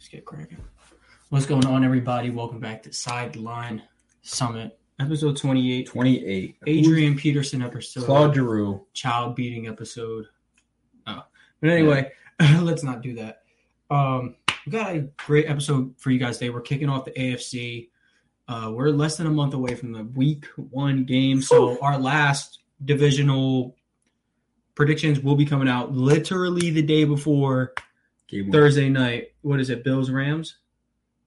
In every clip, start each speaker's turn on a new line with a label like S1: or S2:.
S1: Let's get cracking. What's going on, everybody? Welcome back to Sideline Summit, episode 28.
S2: 28.
S1: Adrian Peterson episode.
S2: Claude Giroux.
S1: Child beating episode. Oh. But anyway, let's not do that. Um, we got a great episode for you guys today. We're kicking off the AFC. Uh, we're less than a month away from the week one game. So our last divisional predictions will be coming out literally the day before
S2: Game one.
S1: Thursday night. What is it? Bills Rams?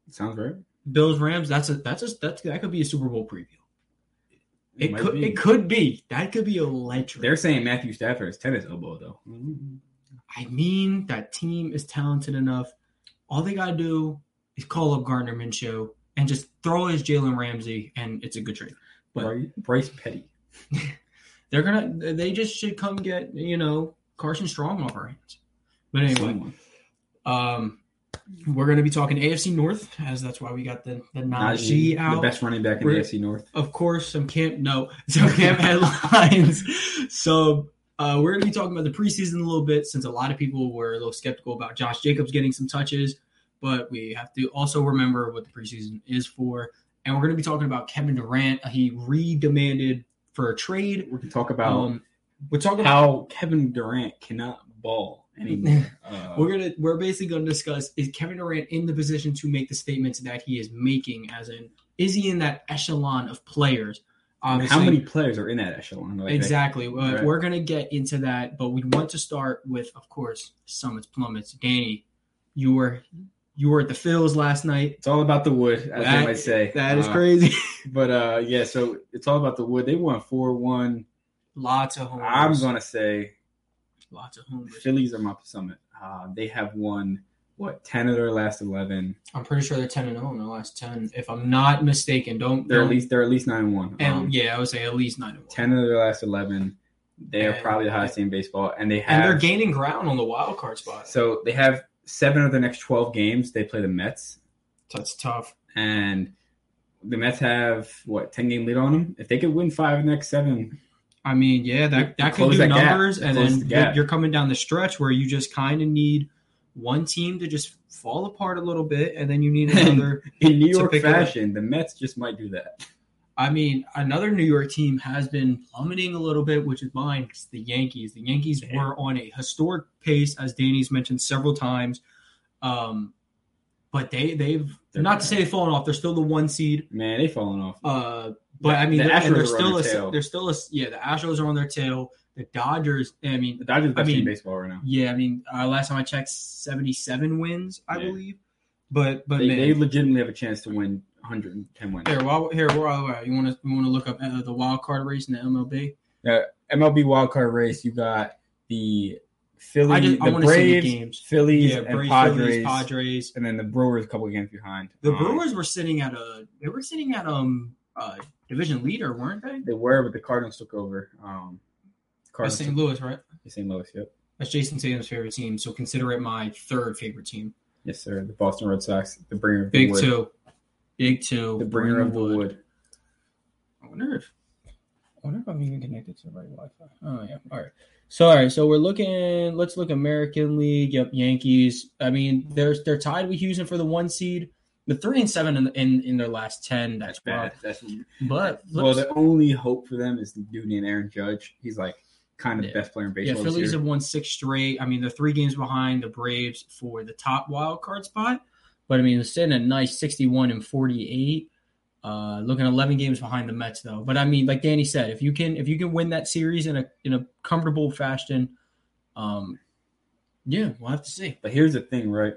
S2: Sounds right.
S1: Bills Rams. That's a that's a that's, that could be a Super Bowl preview. It,
S2: might
S1: could
S2: be.
S1: it could be that could be Mm-hmm. electric.
S2: They're saying Matthew Stafford's tennis elbow though.
S1: I mean, that team is talented enough. All they gotta do is call up Gardner Minshew and just throw his Jalen Ramsey, and it's a good trade. But-
S2: Bryce, Bryce Petty.
S1: They're gonna they just should come get you know Carson Strong off our hands. But anyway,
S2: Someone.
S1: um, we're gonna be talking AFC North as that's why we got the the Najee
S2: Najee,
S1: out.
S2: the best running back in the
S1: We're-
S2: AFC North.
S1: of course, some camp no, some camp headlines. So uh, we're going to be talking about the preseason a little bit, since a lot of people were a little skeptical about Josh Jacobs getting some touches. But we have to also remember what the preseason is for, and we're going to be talking about Kevin Durant. Uh, He re-demanded for a trade.
S2: We can talk about
S1: Um, we're talking
S2: how Kevin Durant cannot ball anymore. Uh,
S1: We're gonna we're basically gonna discuss is Kevin Durant in the position to make the statements that he is making, as in is he in that echelon of players?
S2: and how many players are in that echelon? Like,
S1: exactly. Uh,
S2: Right.
S1: We're going to get into that, but we want to start with, of course, summits plummets. Danny, you were you were at the Phils last night.
S2: It's all about the wood, as
S1: That-
S2: they might say.
S1: That is
S2: Uh,
S1: crazy.
S2: But uh, yeah, so it's all about the wood. They won four one.
S1: Lots of homers.
S2: I'm gonna say
S1: Lots of homers.
S2: Phillies are my summit. Uh, they have won what ten of their last eleven.
S1: I'm pretty sure they're ten and zero in the last ten, if I'm not mistaken. Don't
S2: They're at
S1: don't-
S2: least they're at least nine one. Um,
S1: and yeah, I would say at least nine and one.
S2: ten of their last eleven. They are
S1: And-
S2: probably the highest team in baseball, and they
S1: and they're
S2: have
S1: gaining ground on the wild card spot.
S2: so they have seven of the next twelve games. They play the Mets,
S1: That's tough.
S2: and the Mets have what ten game lead on them. If they could win five of the next seven,
S1: I mean, yeah, that that could
S2: Close
S1: do
S2: that gap.
S1: numbers, and
S2: Close
S1: then
S2: the
S1: you're-
S2: gap.
S1: you're coming down the stretch where you just kind of need one team to just fall apart a little bit, and then you need
S2: And-
S1: another.
S2: in New
S1: To
S2: York
S1: pick it up.
S2: fashion, the Mets just might do that.
S1: I mean, another New York team has been plummeting a little bit, which is mine. It's the Yankees. The Yankees were on a historic pace, as Danny's mentioned several times. Um, but they they've
S2: They're
S1: not to
S2: bad.
S1: say they've fallen off. They're still the one seed.
S2: Man, they falling off.
S1: Uh, but I
S2: The-
S1: mean,
S2: the
S1: they're, and
S2: Astros
S1: they're
S2: are on
S1: still
S2: their
S1: a,
S2: tail.
S1: they're still a yeah. The Astros are on their tail. The Dodgers. I mean,
S2: The Dodgers are the
S1: I
S2: best team in
S1: mean-
S2: baseball right now.
S1: Yeah, I mean, uh, last time I checked, seventy-seven wins, I
S2: Yeah.
S1: believe. But but
S2: They,
S1: man,
S2: they legitimately have a chance to win 110 wins.
S1: here, while, here, while, while, you want to you want to look up uh, the wild card race in the MLB?
S2: MLB wildcard race, you got the Philly,
S1: I just- I
S2: the
S1: wanna see the
S2: Braves,
S1: games.
S2: Phillies, and
S1: Braves,
S2: Padres,
S1: Phillies, Padres.
S2: and then the Brewers a couple games behind.
S1: The
S2: Um,
S1: Brewers were sitting at a they were sitting at um uh division leader, weren't they?
S2: They were, but the Cardinals took over. Um,
S1: That's
S2: Cardinals,
S1: St. Louis, right?
S2: took- St. Louis, yep,
S1: That's Jason Tatum's favorite team, so consider it my third favorite team.
S2: yes, sir. The Boston Red Sox, the bringer of the
S1: Big
S2: wood,
S1: two, big two.
S2: the bringer of the wood.
S1: I wonder if I wonder if I'm even connected to the right Wi-Fi. Oh yeah. All right. So all right. So we're looking. Let's look American League. Yep. Yankees. I mean, they're they're tied with Houston for the one seed. The three and seven in in, in their last ten. That's
S2: That's bad.
S1: bad.
S2: That's
S1: But
S2: well,
S1: let's-
S2: the only hope for them is Newton and Aaron Judge. He's like, kind of
S1: Yeah.
S2: best player in
S1: Yeah,
S2: baseball. this
S1: Phillies
S2: year.
S1: have won six straight. I mean, they're three games behind the Braves for the top wild card spot, but I mean, they're sitting at nice sixty-one and forty-eight. Uh, looking eleven games behind the Mets though. But I mean, like Danny said, if you can if you can win that series in a in a comfortable fashion, um, yeah, we'll have to see.
S2: But here's the thing, right?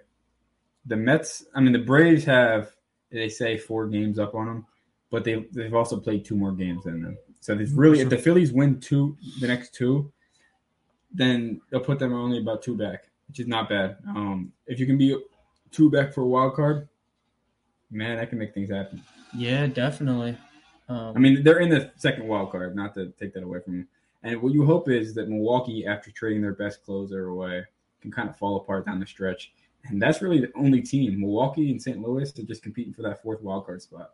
S2: The Mets, I mean, the Braves have they say four games up on them, but they they've also played two more games than them. So there's really if the Phillies win two the next two, then they'll put them only about two back, which is not bad. Um, if you can be two back for a wild card, man, that can make things happen.
S1: Yeah, definitely. Um,
S2: I mean, they're in the second wild card, not to take that away from them. And what you hope is that Milwaukee, after trading their best closer away, can kind of fall apart down the stretch. And that's really the only team. Milwaukee and St. Louis are just competing for that fourth wild card spot.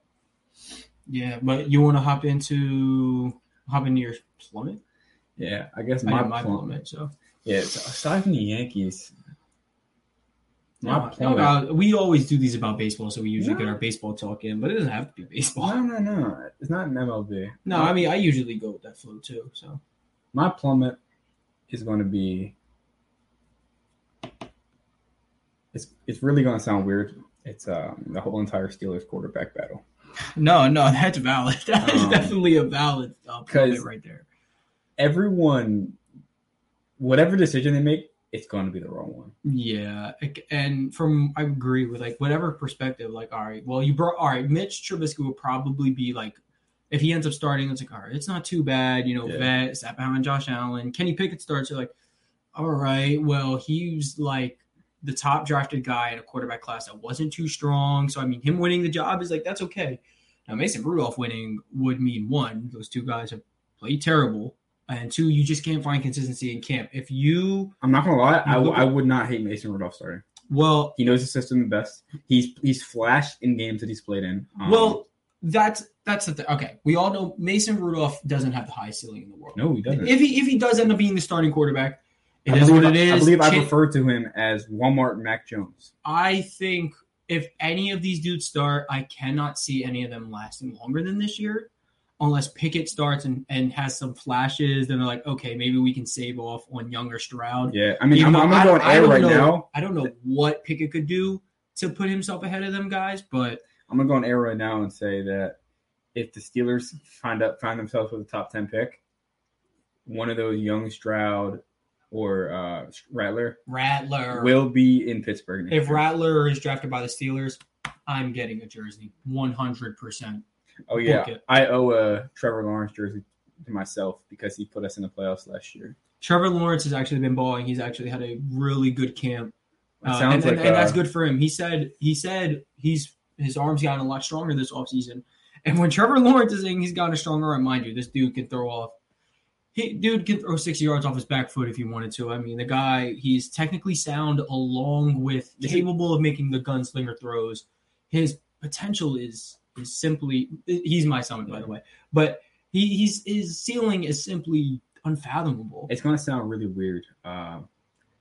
S1: yeah, but you want to hop into hop into your plummet?
S2: Yeah, I guess
S1: I
S2: my,
S1: did my
S2: plum-
S1: plummet. So
S2: Yeah, so aside from the Yankees, my
S1: No, no,
S2: plummet-
S1: no, we always do these about baseball, so we usually get our baseball talk in, but it doesn't have to be baseball.
S2: No, no, no. It's not an MLB.
S1: No, I mean I usually go with that flow too. So
S2: my plummet is going to be it's it's really going to sound weird it's um, the whole entire steelers quarterback battle
S1: no, no, that's valid. That is
S2: Um,
S1: definitely a valid uh,
S2: 'cause-
S1: plummet right there.
S2: everyone whatever decision they make it's going to be the wrong one
S1: Yeah, like, and from I agree with like whatever perspective. Like, all right, well, you brought all right. Mitch Trubisky will probably be like, if he ends up starting, it's like, all right, it's not too bad. You know,
S2: Yeah.
S1: Vet, Sat behind Josh Allen, Kenny Pickett starts. You're like, all right, well, he's like the top drafted guy in a quarterback class that wasn't too strong. So I mean, him winning the job is like that's okay. Now Mason Rudolph winning would mean one, those two guys have played terrible, and two, you just can't find consistency in camp. If you
S2: i'm not going to lie I,
S1: You look
S2: I would not hate mason rudolph starting
S1: well,
S2: he knows the system the best he's he's flashed in games that he's played in Um,
S1: Well, that's that's the thing. Okay, we all know Mason Rudolph doesn't have the highest ceiling in the world.
S2: no he doesn't
S1: If he if he does end up being the starting quarterback, it
S2: I
S1: is
S2: believe-
S1: what it is.
S2: i believe i
S1: Chin-
S2: refer to him as walmart mac jones
S1: I think if any of these dudes start, I cannot see any of them lasting longer than this year, unless Pickett starts and and has some flashes. Then they're like, okay, maybe we can save off on younger Stroud.
S2: yeah i mean
S1: Even
S2: i'm,
S1: though
S2: I'm
S1: I
S2: going to go on
S1: don't- I
S2: air
S1: don't
S2: right
S1: know-
S2: now
S1: I don't know what Pickett could do to put himself ahead of them guys, but
S2: I'm gonna go on air right now and say that if the Steelers find up find themselves with a top ten pick, one of those young Stroud or uh, Rattler
S1: Rattler
S2: will be in Pittsburgh. next
S1: If
S2: year.
S1: Rattler is drafted by the Steelers, I'm getting a jersey, 100. percent
S2: oh yeah,
S1: book it.
S2: I owe a Trevor Lawrence jersey to myself because he put us in the playoffs last year.
S1: Trevor Lawrence has actually been balling. He's actually had a really good camp,
S2: It
S1: Uh,
S2: sounds
S1: and, and-
S2: like
S1: and
S2: uh,
S1: that's good for him. He said he said he's his arms gotten a lot stronger this offseason. And when Trevor Lawrence is saying he's gotten a stronger arm, mind you, this dude can throw off. He dude can throw 60 yards off his back foot if he wanted to. I mean, the guy he's technically sound, along with
S2: Is he-
S1: capable of making the gunslinger throws. His potential is is simply he's my summit by the way, but he he's his ceiling is simply unfathomable.
S2: It's gonna sound really weird. Uh,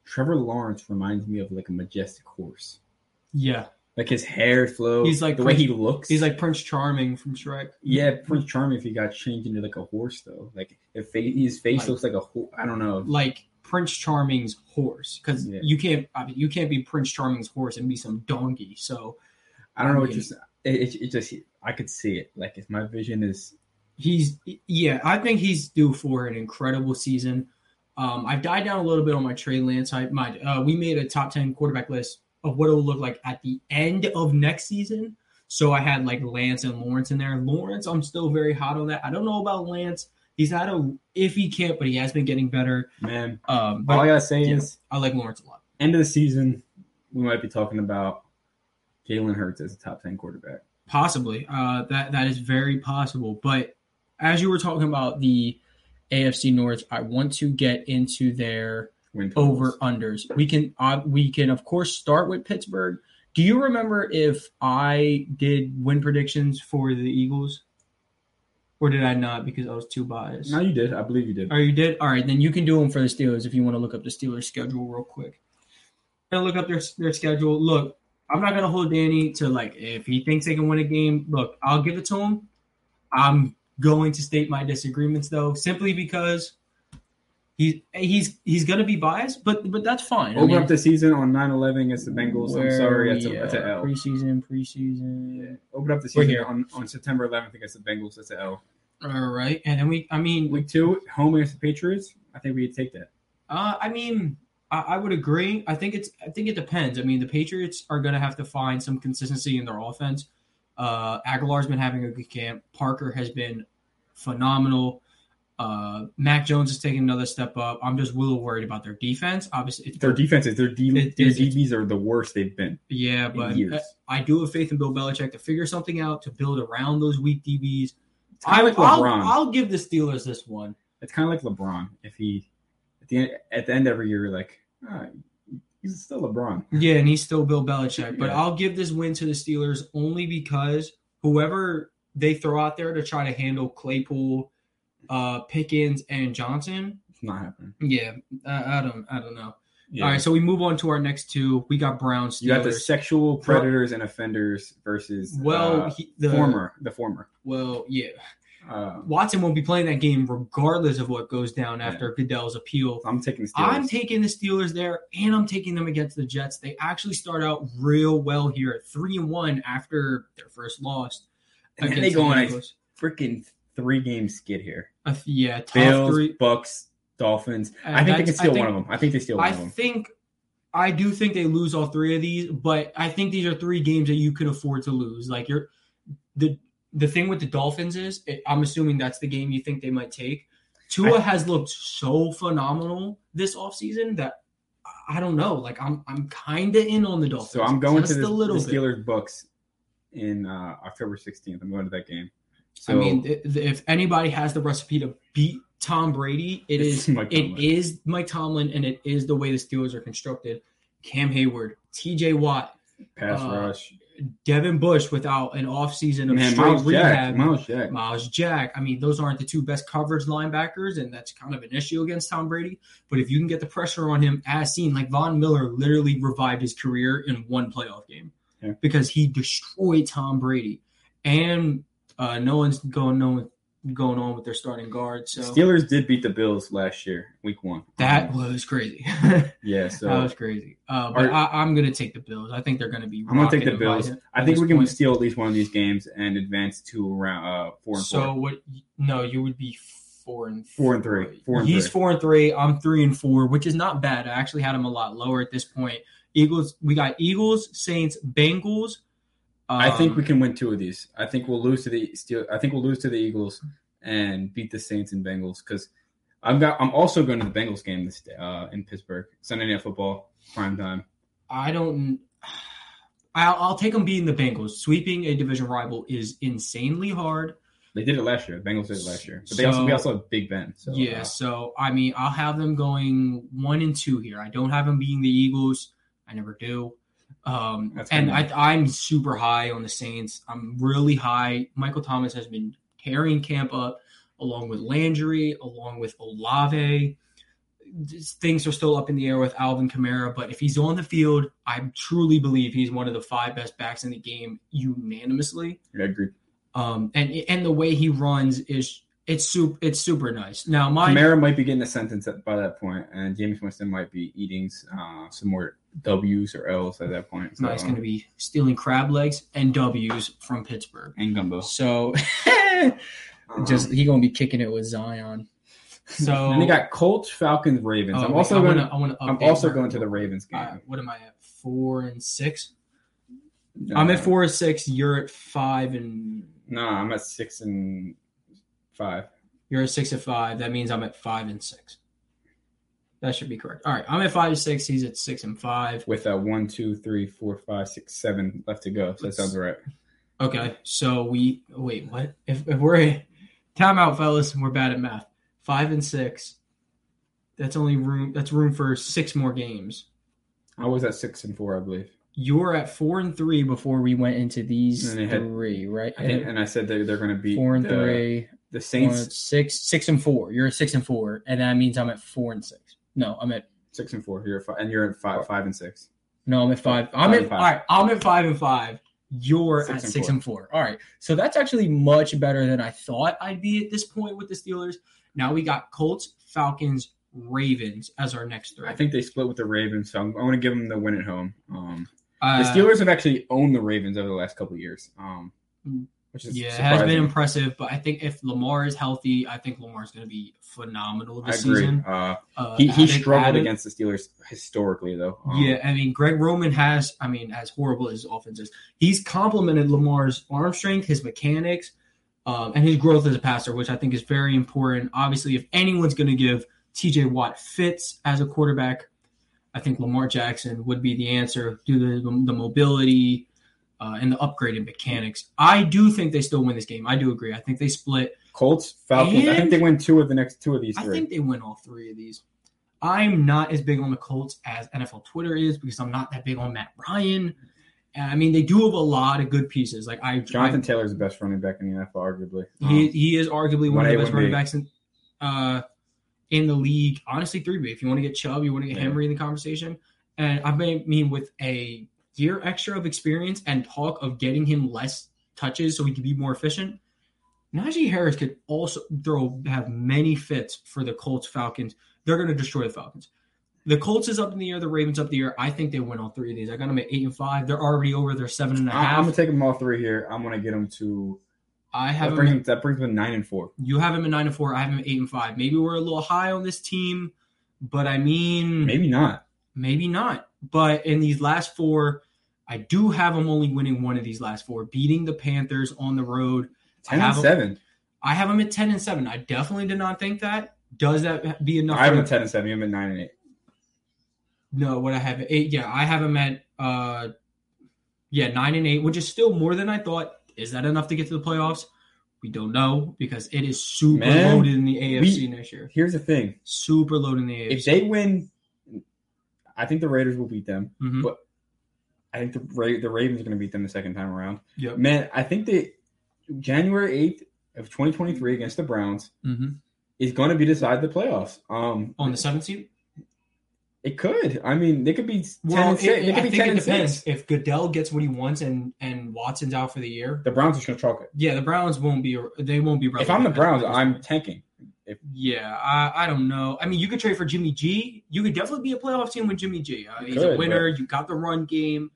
S2: Trevor Lawrence reminds me of like a majestic horse.
S1: Yeah,
S2: Like his hair flow,
S1: He's like
S2: the way
S1: Prince-
S2: he looks.
S1: he's like Prince Charming from Shrek.
S2: Yeah, Prince Charming if he got changed into like a horse though. Like if fa- his face
S1: Like-
S2: looks like a ho- I don't know.
S1: like Prince Charming's horse because
S2: Yeah.
S1: you can't I mean, you can't be Prince Charming's horse and be some donkey. So
S2: I don't know what you're s- it, it, it just I could see it. Like if my vision is
S1: he's yeah, I think he's due for an incredible season. Um, I've died down a little bit on my Trey Lance hype. My uh, we made a top ten quarterback list of what it'll look like at the end of next season. So I had like Lance and Lawrence in there. Lawrence, I'm still very hot on that. I don't know about Lance. He's had a iffy camp, but he has been getting better.
S2: man.
S1: Um, but
S2: All I gotta say
S1: yeah,
S2: is
S1: I like Lawrence a lot.
S2: end of the season we might be talking about Jalen Hurts as a top ten quarterback.
S1: Possibly. Uh, that that is very possible. But as you were talking about the AFC North, I want to get into their
S2: Win totals.
S1: over unders. We can uh, we can of course start with Pittsburgh. Do you remember if I did win predictions for the Eagles, or did I not because I was too biased?
S2: No, you did. I believe you did.
S1: Oh, you did? All right, then you can do them for the Steelers if you want to look up the Steelers schedule real quick. Gonna look up their their schedule. Look, I'm not gonna hold Danny to like if he thinks they can win a game. Look, I'll give it to him. I'm going to state my disagreements though, simply because He's he's he's gonna be biased, but but that's fine. I
S2: Open
S1: mean,
S2: up the season on 9-11 against the Bengals. I'm
S1: where
S2: sorry, that's,
S1: we
S2: a, that's an
S1: are.
S2: L.
S1: Preseason, preseason.
S2: Yeah. Open up the
S1: We're
S2: season
S1: here.
S2: on, on September 11th against the Bengals. That's an L.
S1: All right, and then we. I mean,
S2: Week two, home against the Patriots. I think we could take that.
S1: Uh, I mean, I, I would agree. I think it's. I think it depends. I mean, the Patriots are going to have to find some consistency in their offense. Uh, Aguilar's been having a good camp. Parker has been phenomenal. Uh, Mac Jones is taking another step up. I'm just a little worried about their defense. Obviously, it's,
S2: Their defenses, their, D,
S1: It
S2: their
S1: is-
S2: DBs are the worst they've been
S1: yeah,
S2: in
S1: but
S2: years.
S1: I, I do have faith in Bill Belichick to figure something out to build around those weak DBs.
S2: It's kind of like
S1: I'll-
S2: LeBron.
S1: I'll give the Steelers this one.
S2: it's kind of like LeBron. If he at the end, at the end of every year, you're like ah, he's still LeBron.
S1: Yeah, and he's still Bill Belichick. But
S2: Yeah.
S1: I'll give this win to the Steelers only because whoever they throw out there to try to handle Claypool, uh, Pickens, and Johnson.
S2: It's not happening.
S1: Yeah, I, I don't, I don't know.
S2: Yeah.
S1: All right, so we move on to our next two. We got Brown Steelers.
S2: you got the sexual predators and offenders versus
S1: well,
S2: uh,
S1: he, the
S2: former the former.
S1: Well, yeah,
S2: Uh,
S1: Watson won't be playing that game regardless of what goes down
S2: Yeah.
S1: after Goodell's appeal.
S2: I'm taking the Steelers.
S1: I'm taking the Steelers there, and I'm taking them against the Jets. They actually start out real well here, at three and one after their first loss.
S2: and then they
S1: against
S2: go
S1: the
S2: on a
S1: Bengals.
S2: freaking three game skid here.
S1: A th- yeah, top
S2: Bills,
S1: three.
S2: Bucks, Dolphins.
S1: Uh,
S2: I think they can
S1: that's- I
S2: steal
S1: think-
S2: one of them. I think they steal one
S1: I
S2: of them.
S1: think I do think they lose all three of these, but I think these are three games that you could afford to lose. Like you're the the thing with the Dolphins is it, I'm assuming that's the game you think they might take. Tua
S2: I-
S1: has looked so phenomenal this offseason that I- I don't know. Like I'm I'm kind of in on the Dolphins.
S2: So I'm going
S1: just
S2: to
S1: a
S2: the,
S1: little
S2: the
S1: bit.
S2: Steelers Bucks in uh, October 16th. I'm going to that game. So
S1: I mean, th- th- if anybody has the recipe to beat Tom Brady, it is
S2: It's Mike
S1: it
S2: Tomlin.
S1: is Mike Tomlin, and it is the way the Steelers are constructed. Cam Hayward, T.J. Watt,
S2: pass
S1: uh,
S2: rush.
S1: Devin Bush without an offseason of
S2: Man,
S1: straight
S2: Miles Jack.
S1: rehab,
S2: Miles Jack.
S1: Miles Jack. I mean, those aren't the two best coverage linebackers, and that's kind of an issue against Tom Brady. But if you can get the pressure on him, as seen, like Von Miller literally revived his career in one playoff game
S2: Yeah.
S1: because he destroyed Tom Brady, and uh, no one's going no one going on with their starting guard. So
S2: Steelers did beat the Bills last year, week one.
S1: that
S2: Um,
S1: was crazy.
S2: yeah.
S1: that
S2: So
S1: was crazy. Uh, but
S2: Are-
S1: I, I'm gonna take the Bills. I think they're gonna be.
S2: I'm gonna take
S1: rocking
S2: the
S1: and vibing
S2: Bills.
S1: at
S2: I think
S1: this
S2: we can
S1: point.
S2: steal at least one of these games and advance to round uh, four and
S1: so
S2: four.
S1: what? No, you would be four and
S2: Four and three. Four and
S1: He's
S2: three.
S1: four and three. I'm three and four, which is not bad. I actually had him a lot lower at this point. Eagles. We got Eagles, Saints, Bengals.
S2: I think we
S1: Um,
S2: can win two of these. I think we'll lose to the Steel. I think we'll lose to the Eagles and beat the Saints and Bengals because I'm got. I'm also going to the Bengals game this day, uh, in Pittsburgh Sunday Night Football prime time.
S1: I don't. I'll, I'll take them beating the Bengals. Sweeping a division rival is insanely hard.
S2: They did it last year. Bengals did it last year, but they also
S1: So-
S2: we also have Big Ben. So uh,
S1: yeah, so I mean, I'll have them going one and two here. I don't have them beating the Eagles. I never do. Um,
S2: That's
S1: and
S2: kinda-
S1: I, I'm super high on the Saints. I'm really high. Michael Thomas has been tearing camp up, along with Landry, along with Olave. Just things are still up in the air with Alvin Kamara, but if he's on the field, I truly believe he's one of the five best backs in the game unanimously
S2: I agree.
S1: um, and and the way he runs is it's super it's super nice. Now my
S2: Kamara might be getting a sentence at, by that point, and James Winston might be eating uh, some more W's or L's at that point. So,
S1: now he's going to be stealing crab legs and W's from Pittsburgh.
S2: and gumbo.
S1: So
S2: Uh-huh.
S1: just he going to be kicking it with Zion. So
S2: and they got Colts, Falcons, Ravens.
S1: Oh,
S2: I'm also
S1: I
S2: going.
S1: wanna, I wanna
S2: I'm
S1: update
S2: also
S1: my-
S2: going to the Ravens game.
S1: Uh, what am I at? Four and six. I'm at four and six. You're at five and
S2: No, I'm at six and five.
S1: you're at six and five. That means I'm at five and six. That should be correct. All right, I'm at five and six. He's at six and five.
S2: With a one, two, three, four, five, six, seven left to go. So that sounds right.
S1: Okay, so we wait. What if, if we're timeout, fellas? We're bad at math. Five and six. That's only room. That's room for six more games.
S2: I was at six and four, I believe.
S1: You were at four and three before we went into these
S2: And they had-
S1: three, right?
S2: I think, and I said that they're going to beat
S1: four and
S2: the,
S1: three,
S2: the
S1: one,
S2: Saints.
S1: six, six and four. You're at six and four, and that means I'm at four and six. No, I'm at
S2: Six and four. You're at five, and you're at five, five and six.
S1: No, I'm at five. I'm
S2: Five
S1: at
S2: and
S1: all
S2: five.
S1: right. I'm at five and five. You're
S2: Six
S1: at
S2: and
S1: six
S2: four.
S1: and four. All right. So that's actually much better than I thought I'd be at this point with the Steelers. Now we got Colts, Falcons, Ravens as our next three.
S2: I think they split with the Ravens, so I'm, I'm going to give them the win at home. Um,
S1: uh,
S2: the Steelers have actually owned the Ravens over the last couple of years, um, which is
S1: mm, Yeah, it has
S2: surprising.
S1: been impressive, but I think if Lamar is healthy, I think Lamar is going to be phenomenal
S2: I
S1: this
S2: agree.
S1: season.
S2: Uh,
S1: Uh,
S2: he he
S1: I think
S2: struggled
S1: Adam-
S2: against the Steelers historically, though. Um,
S1: Yeah, I mean, Greg Roman has, I mean, as horrible as his offense is, he's complemented Lamar's arm strength, his mechanics, um, and his growth as a passer, which I think is very important. Obviously, if anyone's going to give TJ Watt fits as a quarterback, I think Lamar Jackson would be the answer due to the, the mobility uh, and the upgraded mechanics. I do think they still win this game. I do agree. I think they split.
S2: Colts, Falcons. I think
S1: And-
S2: they win two of the next two of these
S1: I
S2: three.
S1: think they win all three of these. I'm not as big on the Colts as NFL Twitter is because I'm not that big on Matt Ryan. And, I mean, they do have a lot of good pieces. Like I,
S2: Jonathan Taylor's the best running back in the NFL, arguably.
S1: I-
S2: Um,
S1: he, he is arguably one of
S2: 1A,
S1: the best running
S2: 1B.
S1: backs in, uh, in the league. Honestly, three B. If you want to get Chubb, you want to get
S2: Yeah.
S1: Henry in the conversation. And I may- mean, with a year extra of experience and talk of getting him less touches so he could be more efficient, Najee Harris could also throw have many fits for the Colts Falcons. They're going to destroy the Falcons. The Colts is up in the air. The Ravens up the air. I think they win all three of these. I got them at eight and five. They're already over. They're seven and a
S2: I, am
S1: half.
S2: gonna take them all three here. I'm gonna get them to
S1: I
S2: that
S1: have them
S2: brings them, that brings them nine and four.
S1: You have him at nine and four. I have him at eight and five. Maybe we're a little high on this team, but I mean, maybe,
S2: Maybe not.
S1: not. But in these last four, I do have him only winning one of these last four, beating the Panthers on the road. I
S2: Ten and
S1: have them-
S2: seven.
S1: I have him at ten and seven. I definitely did not think that. Does that be enough?
S2: I have
S1: for-
S2: them ten and seven. You have them at nine and eight.
S1: no, what I have eight. Yeah, I have him at uh, yeah nine and eight, which is still more than I thought. Is that enough to get to the playoffs? We don't know because it is super
S2: Man,
S1: loaded in the AFC
S2: we-
S1: next year.
S2: Here's the thing:
S1: Super loaded in the AFC.
S2: if they win, I think the Raiders will beat them.
S1: Mhm.
S2: I think the Ra- the Ravens are gonna beat them the second time around.
S1: Yep.
S2: Man, I think that January eighth of 2023 against the Browns
S1: Mm-hmm.
S2: is gonna be decided the playoffs. Um,
S1: On the seventeenth,
S2: it could. I mean, they could be ten
S1: well,
S2: and six.
S1: it-
S2: They could
S1: I
S2: be
S1: think
S2: ten
S1: it
S2: and
S1: depends
S2: six.
S1: if Goodell gets what he wants and and Watson's out for the year.
S2: The Browns are just gonna chalk it.
S1: Yeah, the Browns won't be. They won't be.
S2: If I'm the
S1: relevant.
S2: Browns, I'm tanking.
S1: Yeah, I, I don't know. I mean, you could trade for Jimmy G. You could definitely be a playoff team with Jimmy G. I mean, he's a
S2: could,
S1: winner. You got the run game.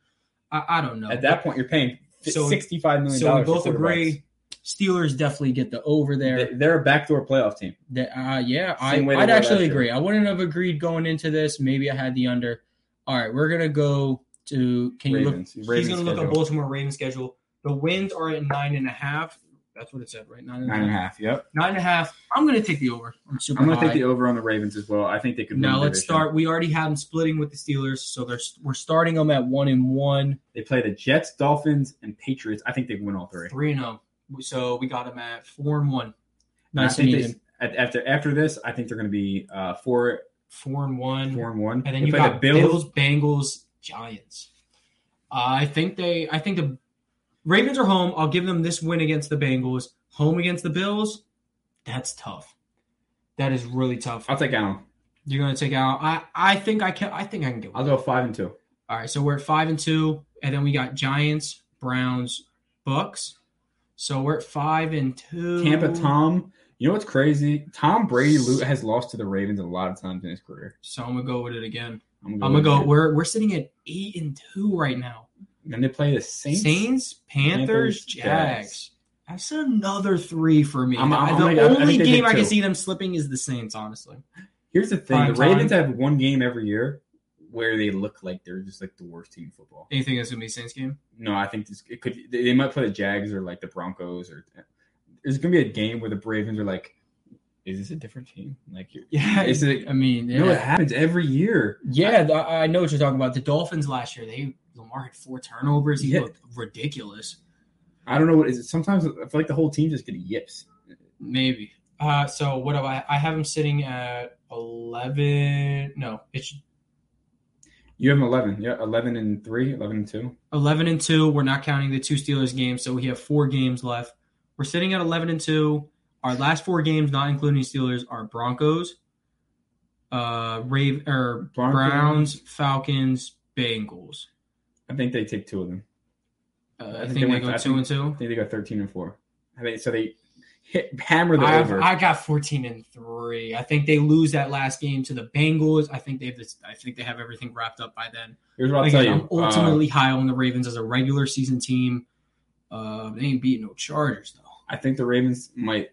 S1: I, I don't know.
S2: At that point, you're paying
S1: So-
S2: sixty-five million
S1: so we
S2: dollars.
S1: both agree. Steelers definitely get the over there.
S2: They- They're a backdoor playoff team.
S1: That uh, yeah, I,
S2: Same way they
S1: I'd
S2: were last
S1: actually
S2: year.
S1: agree. I wouldn't have agreed going into this. Maybe I had the under. All right, we're gonna go to. Can you look?
S2: Ravens. Ravens
S1: he's gonna look
S2: schedule.
S1: up Baltimore Ravens schedule. The wins are at nine and a half. That's what it said, right? Nine and a
S2: Nine and a
S1: half.
S2: half. Yep.
S1: Nine and a half. I'm gonna take the over. I'm super.
S2: I'm going to
S1: high.
S2: take the over on the Ravens as well. I think they could. win
S1: Now
S2: the
S1: let's
S2: division.
S1: start. We already had them splitting with the Steelers, so they're we're starting them at one and one,
S2: They play the Jets, Dolphins, and Patriots. I think they win all three.
S1: three and zero. So we got them at four and one.
S2: And I
S1: Nice and
S2: think they-
S1: even.
S2: at- after after this, I think they're going to be uh, four
S1: Four and one.
S2: four and one.
S1: And
S2: They
S1: then you
S2: play
S1: got
S2: the
S1: Bills, Bengals, Giants. Uh, I think they. I think the Ravens are home. I'll give them this win against the Bengals. Home against the Bills. That's tough. That is really tough.
S2: I'll take Allen.
S1: You're gonna take out. I. I think I can. I think I can get.
S2: I'll go five and two.
S1: All right, so we're at five and two, and then we got Giants, Browns, Bucks. So we're at five and two.
S2: Tampa Tom. You know what's crazy? Tom Brady lo- has lost to the Ravens a lot of times in his career.
S1: So I'm gonna go with it again.
S2: I'm
S1: I'm gonna
S2: with
S1: go.
S2: it.
S1: We're we're sitting at eight and two right now.
S2: Then they play the Saints.
S1: Saints, Panthers,
S2: Panthers,
S1: Jags.
S2: Jags.
S1: That's another three for me.
S2: I'm- I'm
S1: the
S2: only- I- I think
S1: only
S2: they
S1: game
S2: did
S1: I can
S2: two.
S1: see them slipping is the Saints. Honestly,
S2: Here's the thing:
S1: Prime
S2: the Ravens have one game every year where they look like they're just like the worst team in football.
S1: anything that's gonna be a Saints game.
S2: No, I think this it could. They they might play the Jags or like the Broncos, or there's gonna be a game where the Ravens are like, "Is this a different team?" Like, you're,
S1: Yeah,
S2: Is it-
S1: I mean, yeah,
S2: you know, it happens every year.
S1: yeah. th- I I know what you're talking about. The Dolphins last year, they Lamar had four turnovers. He
S2: Yeah.
S1: looked ridiculous.
S2: I don't know what is it. Sometimes I feel like the whole team just get yips.
S1: Maybe. Uh, so what do I? I have him sitting at eleven. No, it's
S2: You have 11, yeah, 11 and three, 11 and two.
S1: eleven and two. We're not counting the two Steelers games, so we have four games left. We're sitting at eleven and two. Our last four games, not including Steelers, are Broncos, uh, Rave or
S2: Broncos.
S1: Browns, Falcons, Bengals.
S2: I think they take two of them.
S1: Uh, I,
S2: I
S1: think,
S2: think they
S1: they
S2: went-
S1: go
S2: I
S1: two
S2: think-
S1: and two.
S2: I think they go 13 and four. I think so. They hit, hammer the
S1: I,
S2: over.
S1: I got 14 and three. I think they lose that last game to the Bengals. I think they've this, I think they have everything wrapped up by then.
S2: Here's what I'll
S1: Again,
S2: tell you. uh,
S1: I'm ultimately high on the Ravens as a regular season team. Uh, they ain't beating no Chargers though.
S2: Um, I think the Ravens might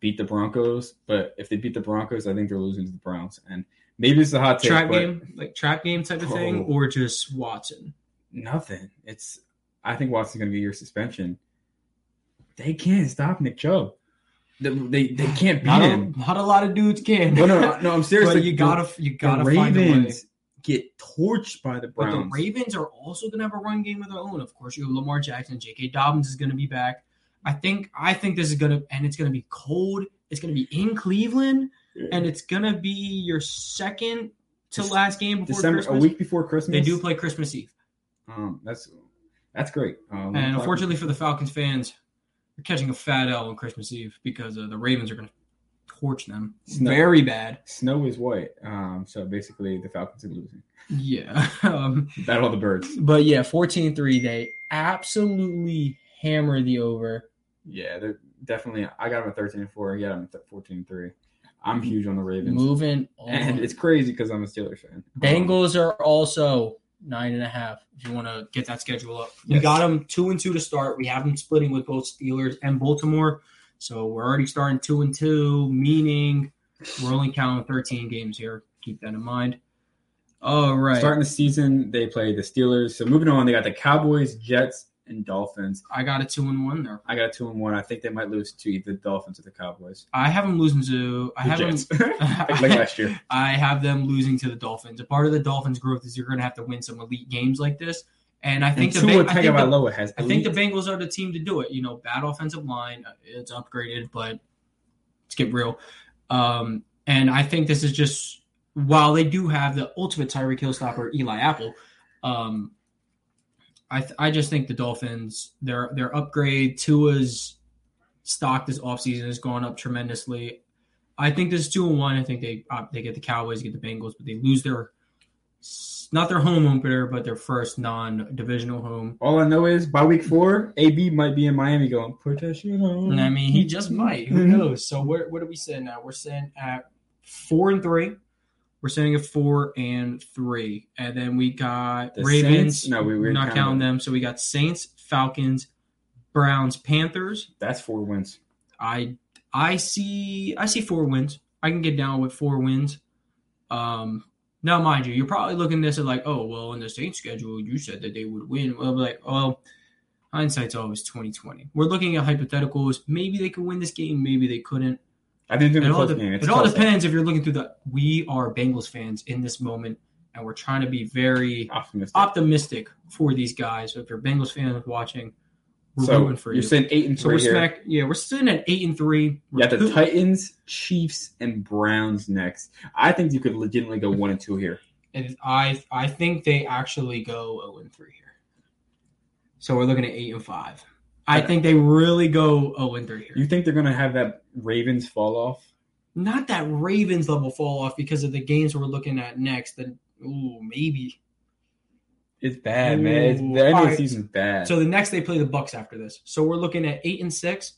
S2: beat the Broncos, but if they beat the Broncos, I think they're losing to the Browns. And maybe it's a hot take,
S1: trap
S2: but
S1: game, like trap game type of thing,
S2: Oh.
S1: or just Watson.
S2: nothing. It's I think Watson's going to get your suspension. They can't stop Nick Chubb. They they, they can't beat
S1: Not a,
S2: him.
S1: not a lot of dudes can.
S2: No, no, no. I'm serious.
S1: but
S2: Like,
S1: you
S2: the-
S1: gotta you gotta
S2: the
S1: find a way.
S2: Ravens get torched by the
S1: But the
S2: Browns.
S1: Ravens are also going to have a run game of their own. Of course, you have Lamar Jackson. J.K. Dobbins is going to be back. I think. I think this is going to, and it's going to be cold. It's going to be in Cleveland, and it's going to be your second to
S2: Dec-
S1: last game before
S2: December
S1: Christmas.
S2: a week before Christmas.
S1: They do play Christmas Eve,
S2: Um, that's that's great. Um,
S1: and unfortunately for the Falcons fans, they're catching a fat L on Christmas Eve because uh, the Ravens are going to torch them
S2: Snow.
S1: very bad.
S2: snow is white. Um, so basically, the Falcons are losing.
S1: Yeah. um,
S2: Battle of the Birds.
S1: But yeah, 14 3, they absolutely hammer the over.
S2: Yeah, they're definitely. I got them at thirteen and four. Yeah, I'm at th- fourteen and three. I'm huge on the Ravens,
S1: Moving on.
S2: and it's crazy because I'm a Steelers fan. Um,
S1: Bengals are also nine and a half. If you want to get that schedule up, we
S2: Yes.
S1: got them two and two to start. We have them splitting with both Steelers and Baltimore, so we're already starting two and two, meaning we're only counting 13 games here. Keep that in mind. All right,
S2: starting the season, they play the Steelers. So moving on, they got the Cowboys, Jets, and Dolphins.
S1: I got a two and one there.
S2: I got a two and one. I think they might lose to either the Dolphins or the Cowboys.
S1: I have them losing to. I
S2: The
S1: have 'em-
S2: Jets. like, like last year.
S1: I have them losing to the Dolphins. A part of the Dolphins' growth is you're going to have to win some elite games like this, and I
S2: And
S1: think the
S2: Tua
S1: Ban- I think the,
S2: Tagovailoa has.
S1: I think the
S2: elite-
S1: Bengals are the team to do it. You know, bad offensive line, uh, it's upgraded, but let's get real. Um, and I think this is just while they do have the ultimate Tyreek Hill stopper, Eli Apple. Um, I th- I just think the Dolphins their their upgrade Tua's stock this offseason has gone up tremendously. I think this is two and one. I think they uh, they get the Cowboys, get the Bengals, but they lose their s- not their home opener, but their first non divisional home.
S2: All I know is by week four, AB might be in Miami going put that shit on.
S1: I mean, he just might. Who
S2: Mhm.
S1: knows? So where what are we sitting at? We're sitting at four and three. We're sitting at four and three, and then we got
S2: The
S1: Ravens.
S2: Saints? No, we- we
S1: not
S2: counted
S1: counting
S2: them.
S1: them. So we got Saints, Falcons, Browns, Panthers.
S2: That's four wins.
S1: I I see I see four wins. I can get down with four wins. Um, now mind you, you're probably looking at this and like, oh well, in the Saints schedule, you said that they would win. Well, like, well, hindsight's always twenty twenty. We're looking at hypotheticals. Maybe they could win this game. Maybe they couldn't.
S2: I think they're
S1: It
S2: the
S1: all, de-
S2: close game. It's
S1: it all
S2: close.
S1: depends if you're looking through the. We are Bengals fans in this moment, and we're trying to be very
S2: Optimistic.
S1: optimistic for these guys. So if you're a Bengals fan watching, we're
S2: so
S1: rooting for
S2: you're
S1: you.
S2: saying eight and
S1: So we're
S2: three here.
S1: smack. Yeah, we're sitting at eight and three. We're
S2: You got the
S1: two-
S2: Titans, Chiefs, and Browns next. I think you could legitimately go one and two here.
S1: and I I think they actually go zero and three here. So we're looking at eight and five. I think they really go zero and three here.
S2: You think they're gonna have that Ravens fall off?
S1: Not that Ravens level fall off because of the games we're looking at next. Then ooh maybe.
S2: It's bad, man. It's,
S1: Ooh.
S2: the end of
S1: Alright.
S2: the season's bad.
S1: So the next they play the Bucks after this. So we're looking at eight and six.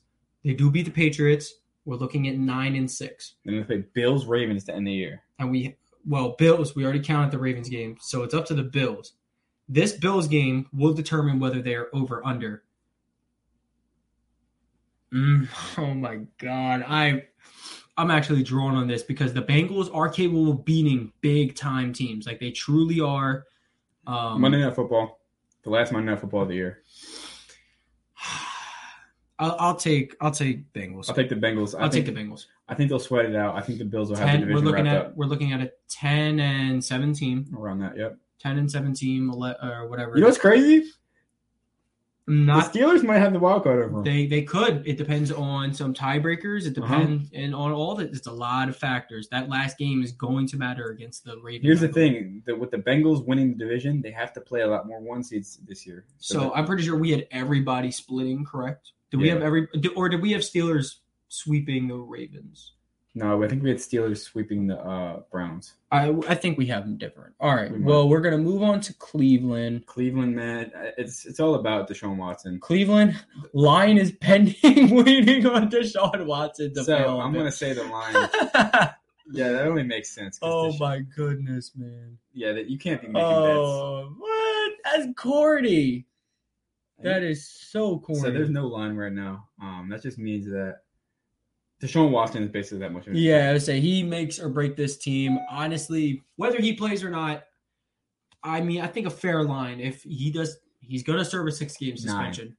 S1: They do beat the Patriots. We're looking at nine and six,
S2: then they play Bills, Ravens to end the year.
S1: and we well Bills. We already counted the Ravens game, so it's up to the Bills. This Bills game will determine whether they are over under Mm, oh my god, I I'm actually drawn on this because the Bengals are capable of beating big time teams, like they truly are. Um,
S2: Monday Night Football, the last Monday Night Football of the year.
S1: I'll, I'll take I'll take Bengals.
S2: I'll take the Bengals. I
S1: I'll
S2: think,
S1: take the Bengals.
S2: I think they'll sweat it out. I think the Bills will have the
S1: Ten, we're
S2: division
S1: looking
S2: wrapped
S1: at
S2: up
S1: we're looking at a ten and seven team,
S2: around that. Yep.
S1: ten and seven team, ele- or whatever.
S2: You know what's crazy?
S1: Not
S2: the Steelers might have the wild card over them.
S1: they they could. It depends on some tiebreakers. It
S2: Uh-huh.
S1: depends and on all that. It's a lot of factors. That last game is going to matter against the Ravens.
S2: Here's
S1: I
S2: the
S1: believe.
S2: thing: that with the Bengals winning the division, they have to play a lot more one seeds this year.
S1: So
S2: that-
S1: I'm pretty sure we had everybody splitting, correct? Did we
S2: Yeah.
S1: have every, or did we have Steelers sweeping the Ravens?
S2: No, I think we had Steelers sweeping the uh, Browns.
S1: I, I think we have them different. All right.
S2: We might.
S1: Well, we're gonna move on to Cleveland.
S2: Cleveland, man, it's it's all about Deshaun Watson.
S1: Cleveland line is pending, waiting on Deshaun Watson to
S2: so
S1: bail
S2: I'm
S1: him.
S2: gonna say the Lions. yeah, that only makes sense. 'cause
S1: oh
S2: Desha-
S1: my goodness, man!
S2: Yeah, that you can't be making
S1: Oh, what? That's corny.
S2: bets.
S1: That is so corny.
S2: So there's no line right now. Um, that just means that Deshaun Watson is basically that much. of a-
S1: Yeah, I would say he makes or break this team. Honestly, whether he plays or not, I mean, I think a fair line. If he does, he's going to serve a six game suspension.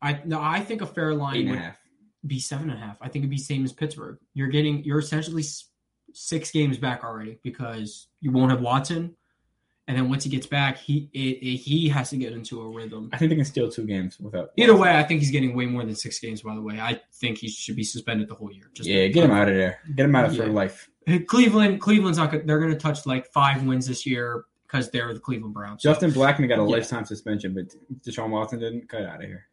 S1: I no, I think a fair
S2: eight
S1: line
S2: and a
S1: would
S2: half.
S1: be seven and a half. I think it'd be same as Pittsburgh. You're getting you're essentially s- six games back already because you won't have Watson, and then once he gets back, he it, it- he has to get into a rhythm.
S2: I think they can steal two games without.
S1: Either way, I think he's getting way more than six games. By the way, I think he should be suspended the whole year. Just
S2: yeah, get him out of there. Get him out of for
S1: Yeah.
S2: life.
S1: Cleveland, Cleveland's not. Good. They're going to touch like five wins this year because they're the Cleveland Browns. So,
S2: Justin Blackman got a
S1: Yeah.
S2: lifetime suspension, but Deshaun Watson didn't. Cut out of here.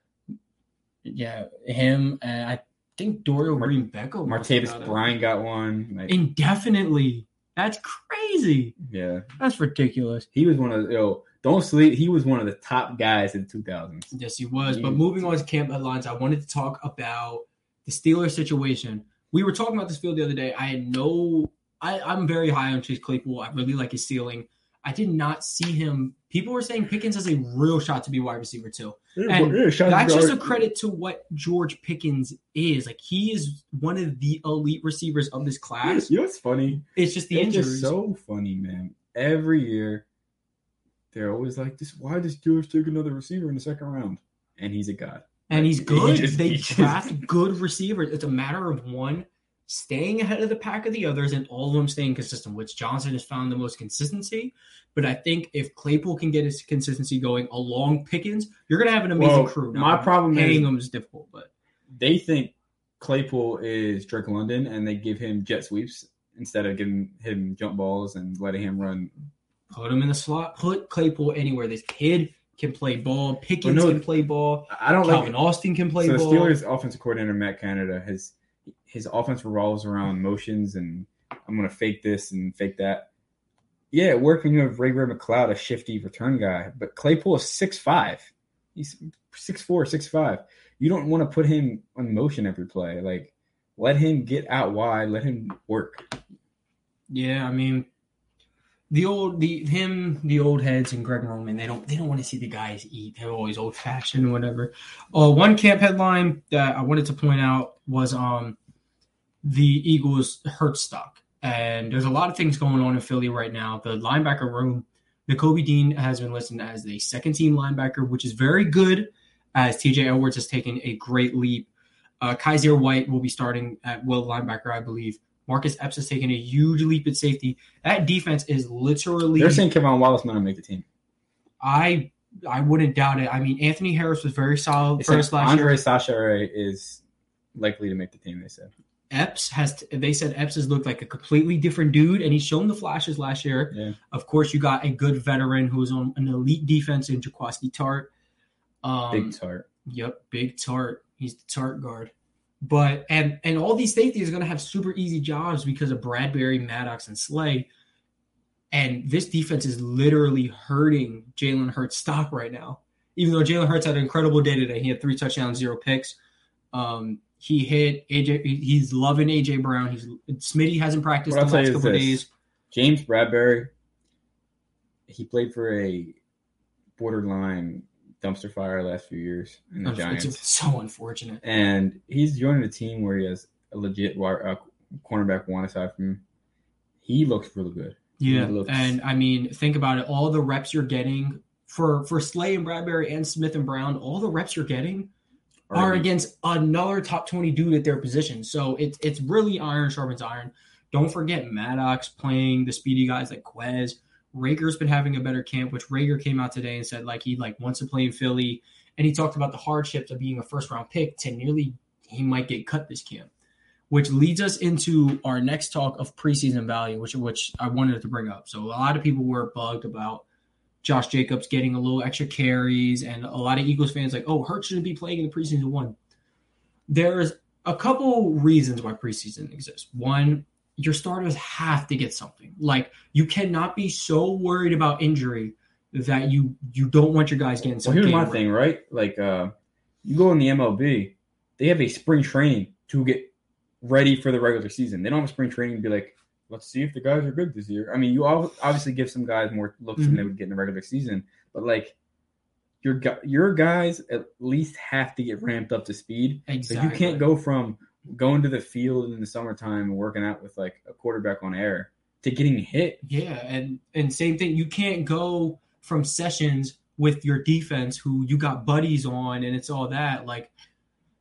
S1: yeah, him. Uh, I think Dorial
S2: Mar-
S1: Green Beckham.
S2: Martavis Bryant got one. Like,
S1: indefinitely. That's crazy.
S2: yeah,
S1: That's ridiculous.
S2: he was one of the, yo. Don't sleep. He was one of the top guys in 2000s.
S1: Yes, he was. But
S2: Yeah.
S1: moving on to camp headlines, I wanted to talk about the Steelers situation. We were talking about this field the other day. I had no. I, I'm very high on Chase Claypool. I really like his ceiling. I did not see him. People were saying Pickens has a real shot to be wide receiver too. And That's just a credit to what George Pickens is. Like he is one of the elite receivers of this class.
S2: You know what's funny?
S1: It's just the
S2: It's
S1: injuries.
S2: just so funny, man. Every year, they're always like, "This why does Steelers take another receiver in the second round?" And he's a god.
S1: and he's
S2: He
S1: good.
S2: just-
S1: they
S2: he just-
S1: draft good receivers. It's a matter of one staying ahead of the pack of the others and all of them staying consistent, which Johnson has found the most consistency. But I think if Claypool can get his consistency going along Pickens, you're gonna have an amazing
S2: Well,
S1: crew.
S2: my problem
S1: paying
S2: is-
S1: him is difficult, but
S2: They think Claypool is Drake London, and they give him jet sweeps instead of giving him jump balls and letting him run.
S1: put him in the slot, put Claypool anywhere. This kid can play ball, Pickens
S2: no,
S1: can play ball.
S2: I- I don't like
S1: Calvin Austin can play
S2: so
S1: ball.
S2: the Steelers offensive coordinator Matt Canada his his offense revolves around motions and I'm gonna fake this and fake that. Yeah, working with Ray Ray McLeod, a shifty return guy, but Claypool is six five. He's six four, six five. You don't want to put him on motion every play. Like let him get out wide, let him work.
S1: yeah, I mean, the old the him the old heads and Greg Roman they don't they don't want to see the guys eat. They're always old fashioned, whatever. Uh, one camp headline that I wanted to point out was um the Eagles hurt stock, and there's a lot of things going on in Philly right now. The linebacker room, N'Kobe Dean has been listed as the second team linebacker, which is very good. As TJ Edwards has taken a great leap. Uh, Kaiser White will be starting at will linebacker, I believe. Marcus Epps has taken a huge leap at safety. That defense is literally.
S2: They're saying Kevin Wallace might not make the team.
S1: I I wouldn't doubt it. I mean, Anthony Harris was very
S2: They
S1: solid
S2: said
S1: first last year.
S2: Andre Sachare is likely to make the team, they said.
S1: Epps has. They said Epps has looked like a completely different dude, and he's shown the flashes last year.
S2: Yeah.
S1: Of course, you got a good veteran who was on an elite defense in Jaquaski Tart. Um,
S2: Big tart.
S1: Yep, big tart. He's the tart guard. But and and all these safeties are going to have super easy jobs because of Bradbury, Maddox, and Slay. And this defense is literally hurting Jalen Hurts' stock right now. Even though Jalen Hurts had an incredible day today, he had three touchdowns, zero picks. Um, he hit AJ. he- He's loving AJ Brown. He's Smitty hasn't practiced
S2: What I'll
S1: the
S2: tell
S1: last
S2: you is
S1: couple
S2: this.
S1: days.
S2: James Bradbury, he played for a borderline dumpster fire last few years in the
S1: Oh, It's
S2: Giants,
S1: so unfortunate.
S2: and he's joining a team where he has a legit wi- uh, cornerback one aside from him. He looks really good.
S1: Yeah,
S2: He looks-
S1: and I mean, think about it. All the reps you're getting for for Slay and Bradbury and Smith and Brown, all the reps you're getting are
S2: Already.
S1: against another top twenty dude at their position. So it's it's really iron sharpens iron. Don't forget Maddox playing the speedy guys like Quez. Rager's been having a better camp, which Rager came out today and said like he like wants to play in Philly, and he talked about the hardships of being a first round pick to nearly he might get cut this camp which leads us into our next talk of preseason value, which which I wanted to bring up. So a lot of people were bugged about Josh Jacobs getting a little extra carries, and a lot of Eagles fans like, oh, Hurt shouldn't be playing in the preseason one. There's a couple reasons why preseason exists. One, your starters have to get something. Like you cannot be so worried about injury that you you don't want your guys getting
S2: So
S1: something.
S2: here's my thing, right? Like, uh, you go in the MLB, they have a spring training to get ready for the regular season. They don't have a spring training to be like, let's see if the guys are good this year. I mean, you ob- obviously give some guys more looks
S1: Mm-hmm.
S2: than they would get in the regular season, but like, your gu- your guys at least have to get ramped up to speed. So
S1: Exactly.
S2: you can't go from going to the field in the summertime and working out with like a quarterback on air to getting hit.
S1: Yeah, and and same thing. You can't go from sessions with your defense, who you got buddies on, and it's all that. Like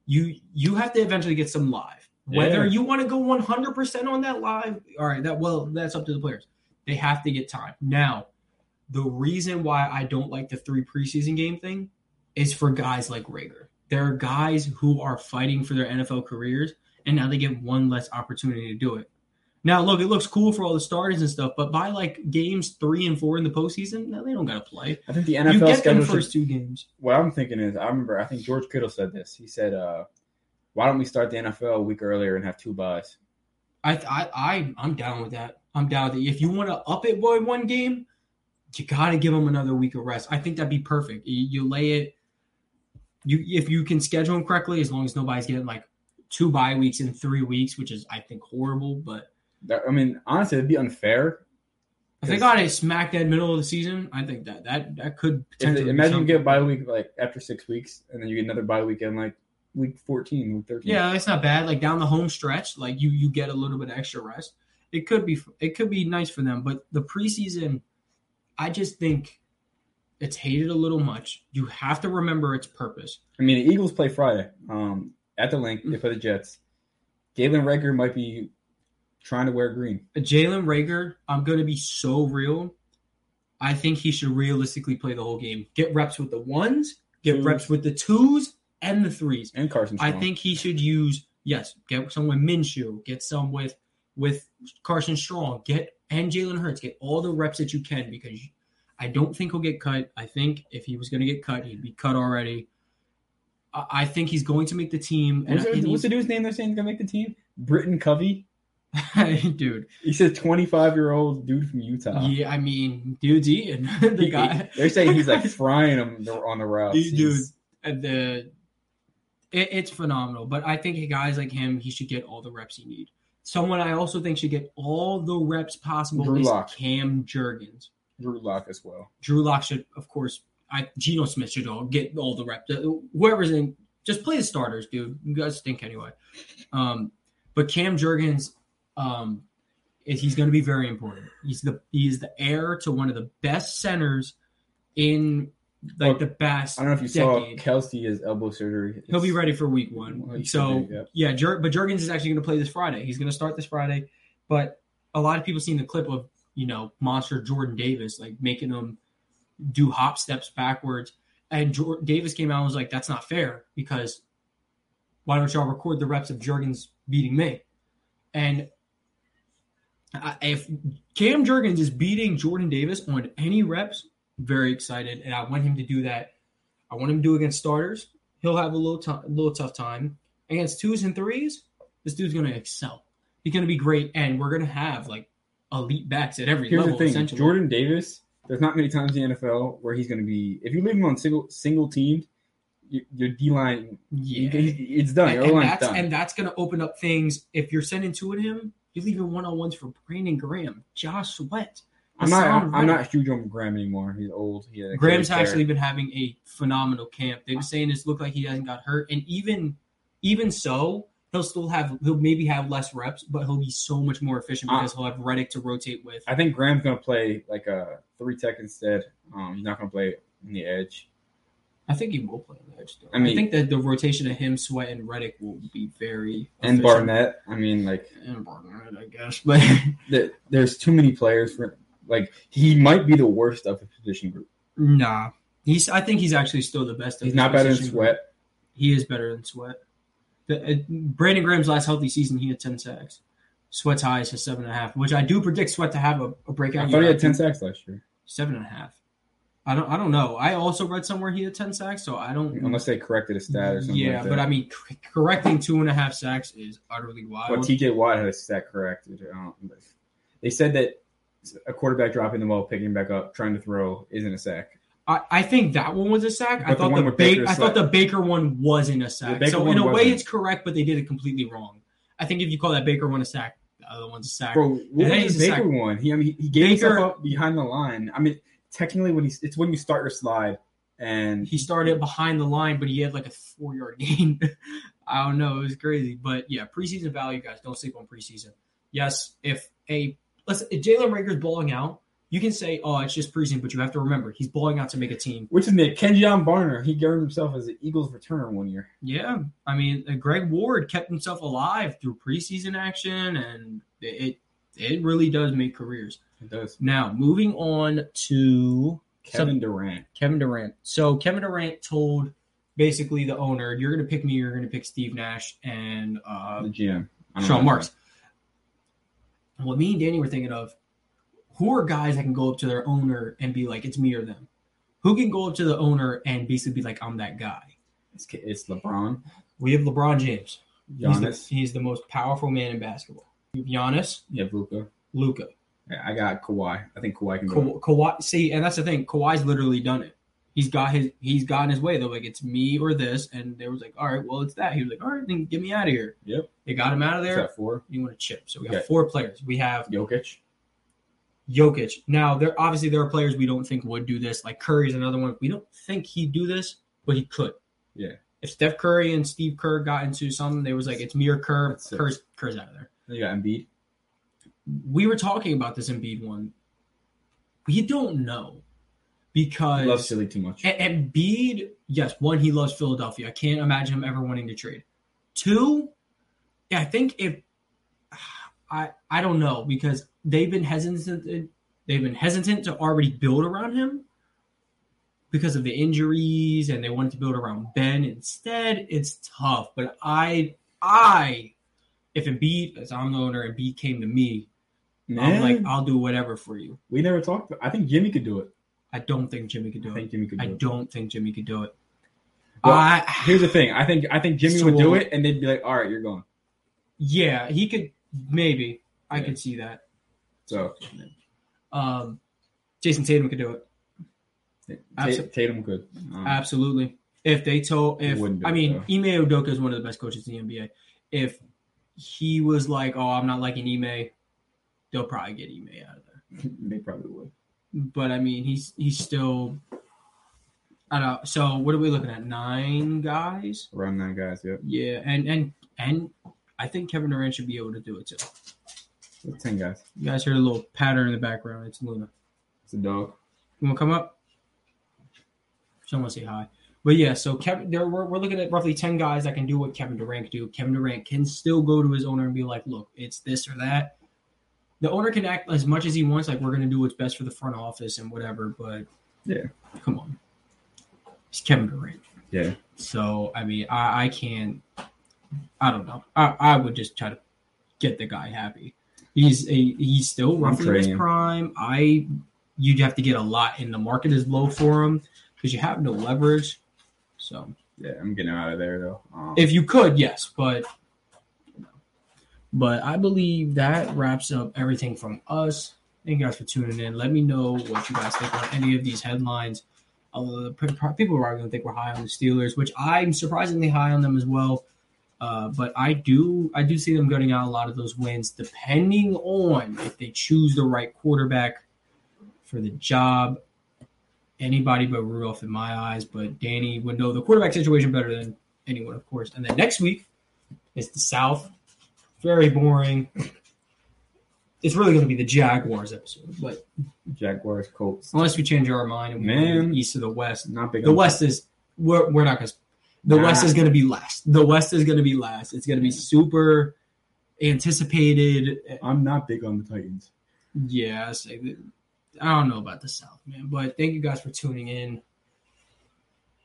S1: you you have to eventually get some live. Whether
S2: Yeah.
S1: you want to go one hundred percent on that live, all right. That well, that's up to the players. They have to get time. Now, the reason why I don't like the three preseason game thing is for guys like Rager. There are guys who are fighting for their NFL careers, and now they get one less opportunity to do it. Now, look, it looks cool for all the starters and stuff, but by like games three and four in the postseason, no, they don't got to play.
S2: I think the
S1: you get
S2: NFL
S1: them
S2: schedule should
S1: first two games.
S2: what I'm thinking is, I remember, I think George Kittle said this. He said, uh, why don't we start the NFL a week earlier and have two buys?
S1: I, I, I, I'm down with that. I'm down with it. If you want to up it by one game, you got to give them another week of rest. I think that'd be perfect. You, you lay it. You if you can schedule them correctly, as long as nobody's getting like two bye weeks in three weeks, which is I think horrible. But
S2: That, I mean, honestly, it'd be unfair.
S1: if they got it smack that middle of the season, I think that that that could
S2: If they-
S1: potentially be
S2: imagine you
S1: something.
S2: get a bye week like after six weeks, and then you get another bye week in like week 14, week 13.
S1: Yeah, it's not bad. Like down the home stretch, like you you get a little bit of extra rest. It could be it could be nice for them, but the preseason, I just think it's hated a little much. You have to remember its purpose.
S2: I mean, the Eagles play Friday um, at the link.
S1: Mm.
S2: They play the Jets. Galen Rager might be trying to wear green.
S1: Uh, Jalen Rager, I'm gonna be so real. I think he should realistically play the whole game. Get reps with the ones, get
S2: Twos.
S1: reps with the twos and the threes.
S2: And Carson
S1: I
S2: Strong.
S1: think he should use yes, get some with Minshew, get some with with Carson Strong, get and Jalen Hurts, get all the reps that you can because I don't think he'll get cut. I think if he was going to get cut, he'd be cut already. I, I think he's going to make the team. And
S2: What's, the-
S1: and
S2: what's the dude's name they're saying is going to make the team? Britton Covey.
S1: he's- dude,
S2: He said 25 year old dude from Utah.
S1: yeah, I mean, dude's eating the
S2: He-
S1: guy.
S2: They're saying he's like frying them on the route.
S1: Dude, dude, the it, it's phenomenal. But I think guys like him, he should get all the reps he need. Someone I also think should get all the reps possible
S2: Drew
S1: is
S2: Lock.
S1: Cam Jurgens.
S2: Drew Lock as well.
S1: Drew Lock should, of course, I Geno Smith should all get all the reps. Whoever's in, just play the starters, dude. You guys stink anyway. Um, but Cam Jurgens, um, is he's going to be very important. He's the he's the heir to one of the best centers in like
S2: Well,
S1: the best.
S2: I don't know if you
S1: decade.
S2: saw Kelsey has elbow surgery.
S1: He'll be
S2: It's-
S1: ready for week
S2: Well,
S1: one.
S2: he
S1: So
S2: should be, yep.
S1: yeah, Jer- but Jurgens is actually going to play this Friday. He's going to start this Friday. But a lot of people seen the clip of you know monster Jordan Davis like making him do hop steps backwards, and Jor- Davis came out and was like, "That's not fair because why don't y'all record the reps of Jurgens beating me?" And I, Uh, if Cam Jurgens is beating Jordan Davis on any reps, very excited, and I want him to do that. I want him to do it against starters. He'll have a little time, little tough time against twos and threes. This dude's going to excel. He's going to be great, and we're going to have like elite backs at every
S2: Here's
S1: level.
S2: the thing:
S1: essentially.
S2: Jordan Davis. There's not many times in the NFL where he's going to be. If you leave him on single single team, you, your D line,
S1: yeah,
S2: it's done.
S1: and,
S2: Your
S1: and
S2: line's
S1: that's
S2: done.
S1: and that's going to open up things. If you're sending two at him, you're leaving one on ones for Brandon Graham, Josh Sweat.
S2: I'm not.
S1: Hassan
S2: I'm, I'm
S1: Reddick.
S2: not huge on Graham anymore. He's old. He had a
S1: Graham's
S2: carry.
S1: actually been having a phenomenal camp. They were saying it's looked like he hasn't got hurt, and even even so, he'll still have he'll maybe have less reps, but he'll be so much more efficient
S2: Uh,
S1: because he'll have Reddick to rotate with.
S2: I think Graham's going to play like a three tech instead. Um, he's not going to play on the edge.
S1: I think he will play on the edge. Though. I,
S2: I mean-
S1: think that the rotation of him, Sweat, and Reddick will be very
S2: And
S1: efficient.
S2: Barnett. I mean, like
S1: and Barnett, I guess, but
S2: th- there's too many players for. Like he might be the worst of the position group. nah.
S1: nah. He's. I think he's actually still the best. of
S2: He's
S1: his
S2: not better than
S1: position.
S2: Sweat.
S1: He is better than Sweat. The- uh, Brandon Graham's last healthy season, he had ten sacks. Sweat's highest is seven and a half, which I do predict Sweat to have a, a breakout.
S2: I thought he
S1: year.
S2: had ten sacks last year.
S1: Seven and a half. I don't. I don't know. I also read somewhere he had ten sacks, so I don't.
S2: Unless they corrected a stat or something.
S1: yeah,
S2: like
S1: but
S2: that.
S1: I mean, c- correcting two and a half sacks is utterly wild.
S2: Well, TJ Watt had a stat corrected. I don't- They said that a quarterback dropping the ball, picking back up, trying to throw isn't a sack.
S1: I, I think that one was a sack.
S2: But
S1: I
S2: the
S1: thought
S2: one
S1: the,
S2: with
S1: Ba-
S2: Baker's
S1: I thought
S2: sack.
S1: the Baker one wasn't a sack.
S2: Baker
S1: So
S2: one
S1: in a way,
S2: wasn't.
S1: it's correct, but they did it completely wrong. I think if you call that Baker one a sack, the other one's a sack.
S2: Bro, what
S1: that
S2: was
S1: is
S2: the
S1: a
S2: Baker
S1: sack.
S2: one? He, I mean, he- he gave
S1: Baker-
S2: himself up behind the line. I mean, technically, when he, it's when you start your slide and
S1: he started behind the line, but he had like a four yard gain. I don't know. It was crazy. But yeah, preseason value, guys. Don't sleep on preseason. Yes, if a let's if Jalen Rager's balling out, you can say, oh, it's just preseason, but you have to remember he's balling out to make a team.
S2: which is Nick Kenyon Barner. He earned himself as an Eagles returner one year.
S1: Yeah, I mean, uh, Greg Ward kept himself alive through preseason action, and it it really does make careers.
S2: It does.
S1: Now, moving on to
S2: Kevin Durant.
S1: Kevin Durant. So Kevin Durant told basically the owner, "You're going to pick me. You're going to pick Steve Nash and uh,
S2: The GM. I don't know.
S1: Sean Marks." What me and Danny were thinking of: who are guys that can go up to their owner and be like, "It's me or them." Who can go up to the owner and basically be like, "I'm that guy"?
S2: It's, it's LeBron,
S1: We have LeBron James. He's the,
S2: Giannis.
S1: he's the most powerful man in basketball. You have Giannis,
S2: Yeah, Luca.
S1: Luca,
S2: I got Kawhi. I think Kawhi can go.
S1: Ka- Kawhi. See, and that's the thing. Kawhi's literally done it. He's got his. He's gotten his way. They're like, it's me or this, and they was like, all right, well, it's that. He was like, all right, then get me out of here.
S2: Yep.
S1: They got him out of
S2: Is
S1: there.
S2: that four?
S1: You want a chip? So we got
S2: Okay.
S1: four players. We have
S2: Jokic.
S1: Jokic. Now, there obviously there are players we don't think would do this. Like Curry's another one. We don't think he'd do this, but he could.
S2: Yeah.
S1: If Steph Curry and Steve Kerr got into something, they was like, it's me or Kerr.
S2: That's it.
S1: Kerr's, Kerr's out of there.
S2: Then You got Embiid.
S1: we were talking about this Embiid one. We don't know
S2: I love
S1: because
S2: Philly too much.
S1: and Embiid, yes, one, he loves Philadelphia. I can't imagine him ever wanting to trade. Two, yeah, I think if I I don't know because they've been hesitant they've been hesitant to already build around him because of the injuries and they wanted to build around Ben instead. It's tough, but I I if Embiid as I'm the owner, Embiid came to me, I'm
S2: Man,
S1: like uh, I'll do whatever for you.
S2: we never talked. About, I think Jimmy could do it.
S1: I don't think Jimmy could
S2: I
S1: do it.
S2: think Jimmy could do
S1: I
S2: it.
S1: don't think Jimmy could do it.
S2: Well,
S1: I-
S2: Here's the thing. I think I think Jimmy
S1: So-
S2: would do it, and they'd be like, "All right, you're going."
S1: yeah, he could maybe. I
S2: Yeah.
S1: could see that.
S2: So
S1: Um, Jason Tatum could do it
S2: Absolutely.
S1: Absol-
S2: Tatum could. Um,
S1: absolutely. If they told, if
S2: Wouldn't do
S1: I
S2: it,
S1: mean,
S2: though.
S1: Ime Udoka is one of the best coaches in the NBA. If he was like, "Oh, I'm not liking Ime," they'll probably get Ime out of there.
S2: they probably would.
S1: But I mean, he's he's still. I don't. know. So what are we looking at? Nine guys.
S2: Around nine guys. Yep.
S1: Yeah, and and and I think Kevin Durant should be able to do it too.
S2: That's Ten guys.
S1: You guys heard a little patter in the background. It's Luna.
S2: It's a dog.
S1: You want to come up? She want to say hi. But yeah, so Kevin, there we're, we're looking at roughly ten guys that can do what Kevin Durant can do. Kevin Durant can still go to his owner and be like, "Look, it's this or that." The owner can act as much as he wants, like we're going to do what's best for the front office and whatever. But
S2: Yeah.
S1: come on, it's Kevin Durant.
S2: Yeah.
S1: So I mean, I, I can't. I don't know. I, I would just try to get the guy happy. He's a he's still roughly in his
S2: trading him.
S1: prime. I you'd have to get a lot, and the market is low for him because you have no leverage. So
S2: Yeah. I'm getting out of there though. Um,
S1: if you could, yes, but but I believe that wraps up everything from us. Thank you guys for tuning in. Let me know what you guys think on any of these headlines. Uh, p- p- people are going to think we're high on the Steelers, which I'm surprisingly high on them as well. Uh, but I do, I do see them getting out a lot of those wins, depending on if they choose the right quarterback for the job. Anybody but Rudolph in my eyes, but Danny would know the quarterback situation better than anyone, of course. And then next week is the South. Very boring. It's really going to be the Jaguars episode, but
S2: Jaguars, Colts.
S1: unless we change our mind and we go
S2: Man.
S1: east to the west,
S2: Not big.
S1: the
S2: on-
S1: West is we're we're not going. to The
S2: Nah.
S1: West is going to be last. The West is going to be last. It's going to be super anticipated.
S2: I'm not big on the Titans.
S1: Yeah, I say that- I don't know about the South, man, but thank you guys for tuning in,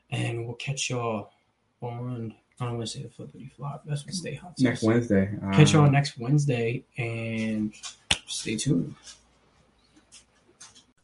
S1: and we'll catch y'all on. I don't want to say the flippity flop. That's what stay hot.
S2: Next
S1: says.
S2: Wednesday. Um,
S1: Catch y'all next Wednesday and stay tuned.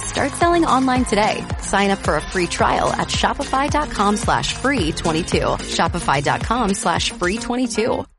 S3: Start selling online today. Sign up for a free trial at shopify.com slash free 22. Shopify.com slash free 22.